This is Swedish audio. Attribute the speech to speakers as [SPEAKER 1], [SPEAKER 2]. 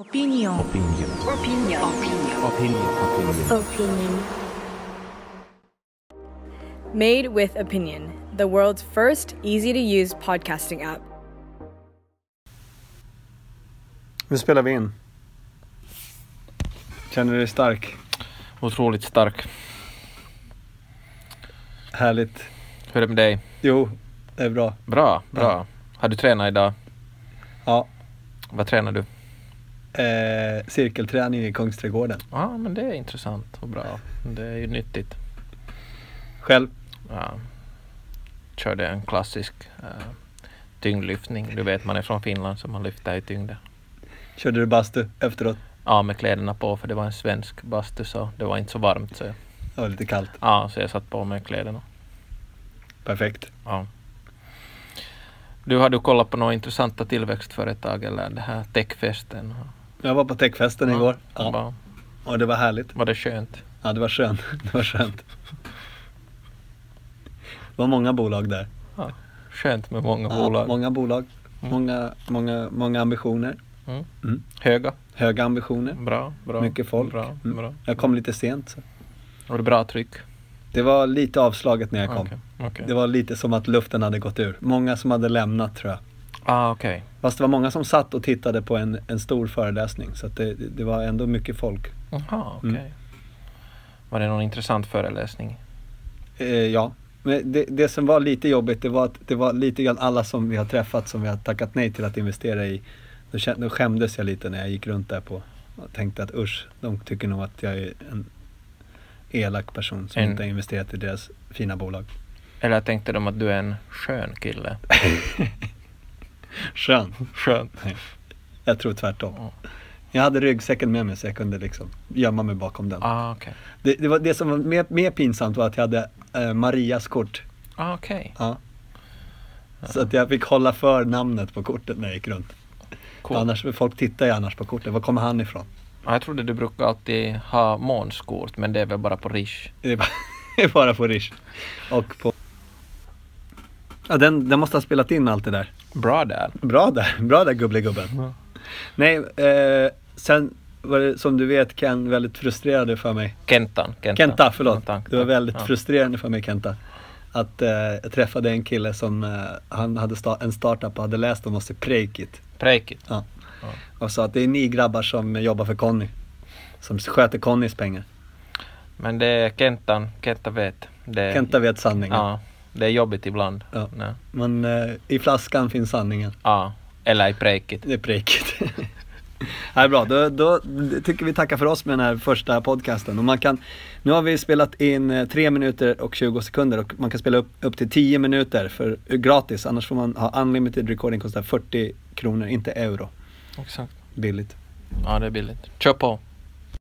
[SPEAKER 1] Opinion.
[SPEAKER 2] Opinion.
[SPEAKER 1] Opinion. Opinion.
[SPEAKER 2] Opinion. Opinion.
[SPEAKER 3] Made with Opinion, the world's first easy to use podcasting app.
[SPEAKER 4] Nu spelar vi in. Känner du dig stark?
[SPEAKER 2] Otroligt stark.
[SPEAKER 4] Härligt.
[SPEAKER 2] Hur är det med dig?
[SPEAKER 4] Jo, det är bra.
[SPEAKER 2] Bra, bra. Har du tränat idag?
[SPEAKER 4] Ja.
[SPEAKER 2] Vad tränar du?
[SPEAKER 4] Eh, cirkelträning i Kungsträdgården.
[SPEAKER 2] Ja, men det är intressant och bra. Det är ju nyttigt.
[SPEAKER 4] Själv?
[SPEAKER 2] Ja. Körde en klassisk eh, tyngdlyftning. Du vet, man är från Finland så man lyfter i tyngder.
[SPEAKER 4] Körde du bastu efteråt?
[SPEAKER 2] Ja, med kläderna på för det var en svensk bastu så det var inte så varmt. Så jag,
[SPEAKER 4] Det var lite kallt.
[SPEAKER 2] ja, så jag satt på med kläderna.
[SPEAKER 4] Perfekt.
[SPEAKER 2] Ja. Du, har du kollat på några intressanta tillväxtföretag eller det här techfesten?
[SPEAKER 4] Jag var på techfesten igår. Ja.
[SPEAKER 2] Var,
[SPEAKER 4] Och det var härligt.
[SPEAKER 2] var det skönt?
[SPEAKER 4] Ja, det var skönt. Det var skönt. Det var många bolag där.
[SPEAKER 2] Skönt med många
[SPEAKER 4] Ja,
[SPEAKER 2] bolag.
[SPEAKER 4] Många bolag.
[SPEAKER 2] Mm.
[SPEAKER 4] Många, många, många ambitioner.
[SPEAKER 2] Mm.
[SPEAKER 4] Mm.
[SPEAKER 2] Höga.
[SPEAKER 4] Höga ambitioner.
[SPEAKER 2] Bra, bra.
[SPEAKER 4] Mycket folk.
[SPEAKER 2] Bra,
[SPEAKER 4] Mm.
[SPEAKER 2] bra.
[SPEAKER 4] Jag kom lite sent. så.
[SPEAKER 2] Var det bra tryck?
[SPEAKER 4] Det var lite avslaget när jag kom.
[SPEAKER 2] Okej, okej.
[SPEAKER 4] Det var lite som att luften hade gått ur. Många som hade lämnat tror jag.
[SPEAKER 2] Ah, okej.
[SPEAKER 4] Fast det var många som satt och tittade på en, en stor föreläsning. Så att det, det var ändå mycket folk.
[SPEAKER 2] Jaha, okej.
[SPEAKER 4] Mm.
[SPEAKER 2] Var det någon intressant föreläsning?
[SPEAKER 4] Eh, ja. Men det, det som var lite jobbigt, det var att det var lite grann alla som vi har träffat som vi har tackat nej till att investera i. Då, kän- då skämdes jag lite när jag gick runt där på och tänkte att usch, de tycker nog att jag är en elak person som
[SPEAKER 2] En-
[SPEAKER 4] inte har investerat i deras fina bolag.
[SPEAKER 2] Eller tänkte de att du är en skön kille?
[SPEAKER 4] Skön!
[SPEAKER 2] Skönt.
[SPEAKER 4] Jag tror tvärtom.
[SPEAKER 2] Ja.
[SPEAKER 4] Jag hade ryggsäcken med mig så jag kunde liksom gömma mig bakom den.
[SPEAKER 2] Ah, okej.
[SPEAKER 4] Det, det, var, det som var mer, mer pinsamt var att jag hade eh, Marias kort.
[SPEAKER 2] Ah, okej.
[SPEAKER 4] Ja. Så att jag fick hålla för namnet på kortet när jag gick runt.
[SPEAKER 2] Cool.
[SPEAKER 4] Annars, folk tittar ju annars på kortet. Var kommer han ifrån?
[SPEAKER 2] Ah, jag trodde du brukar alltid ha månskort, men det är väl bara på Rish?
[SPEAKER 4] Det är bara, det är bara på Rish. Och på... Ja, den, den måste ha spelat in allt det där.
[SPEAKER 2] Bra där.
[SPEAKER 4] Bra där, bra där gubblegubben.
[SPEAKER 2] Ja.
[SPEAKER 4] Nej, eh, sen var det som du vet Ken väldigt frustrerande för mig.
[SPEAKER 2] Kentan. Kentan,
[SPEAKER 4] Kenta, förlåt.
[SPEAKER 2] Kentan,
[SPEAKER 4] Det var väldigt
[SPEAKER 2] ja.
[SPEAKER 4] frustrerande för mig Kenta. Att eh, jag träffade en kille som, eh, han hade sta- en startup och hade läst om oss i Preikit.
[SPEAKER 2] Präkigt.
[SPEAKER 4] Ja.
[SPEAKER 2] Ja.
[SPEAKER 4] Och sa att det är ni grabbar som jobbar för Conny. Som sköter Connys pengar.
[SPEAKER 2] Men det är Kentan. Kenta vet. Det,
[SPEAKER 4] Kenta vet sanningen.
[SPEAKER 2] Ja. Det är jobbigt ibland.
[SPEAKER 4] Eh, Ja.
[SPEAKER 2] Nej.
[SPEAKER 4] Men eh, i flaskan finns sanningen.
[SPEAKER 2] Ja, eller i präket.
[SPEAKER 4] Det är Preikit. Ja, det är bra, då, då tycker vi tacka för oss med den här första podcasten. Och man kan, nu har vi spelat in eh, 3 minuter och 20 sekunder och man kan spela upp, upp till 10 minuter för eh, gratis. Annars får man ha unlimited recording, kostar 40 kronor, inte euro.
[SPEAKER 2] Exakt.
[SPEAKER 4] Billigt.
[SPEAKER 2] Ja, det är billigt. Kör på.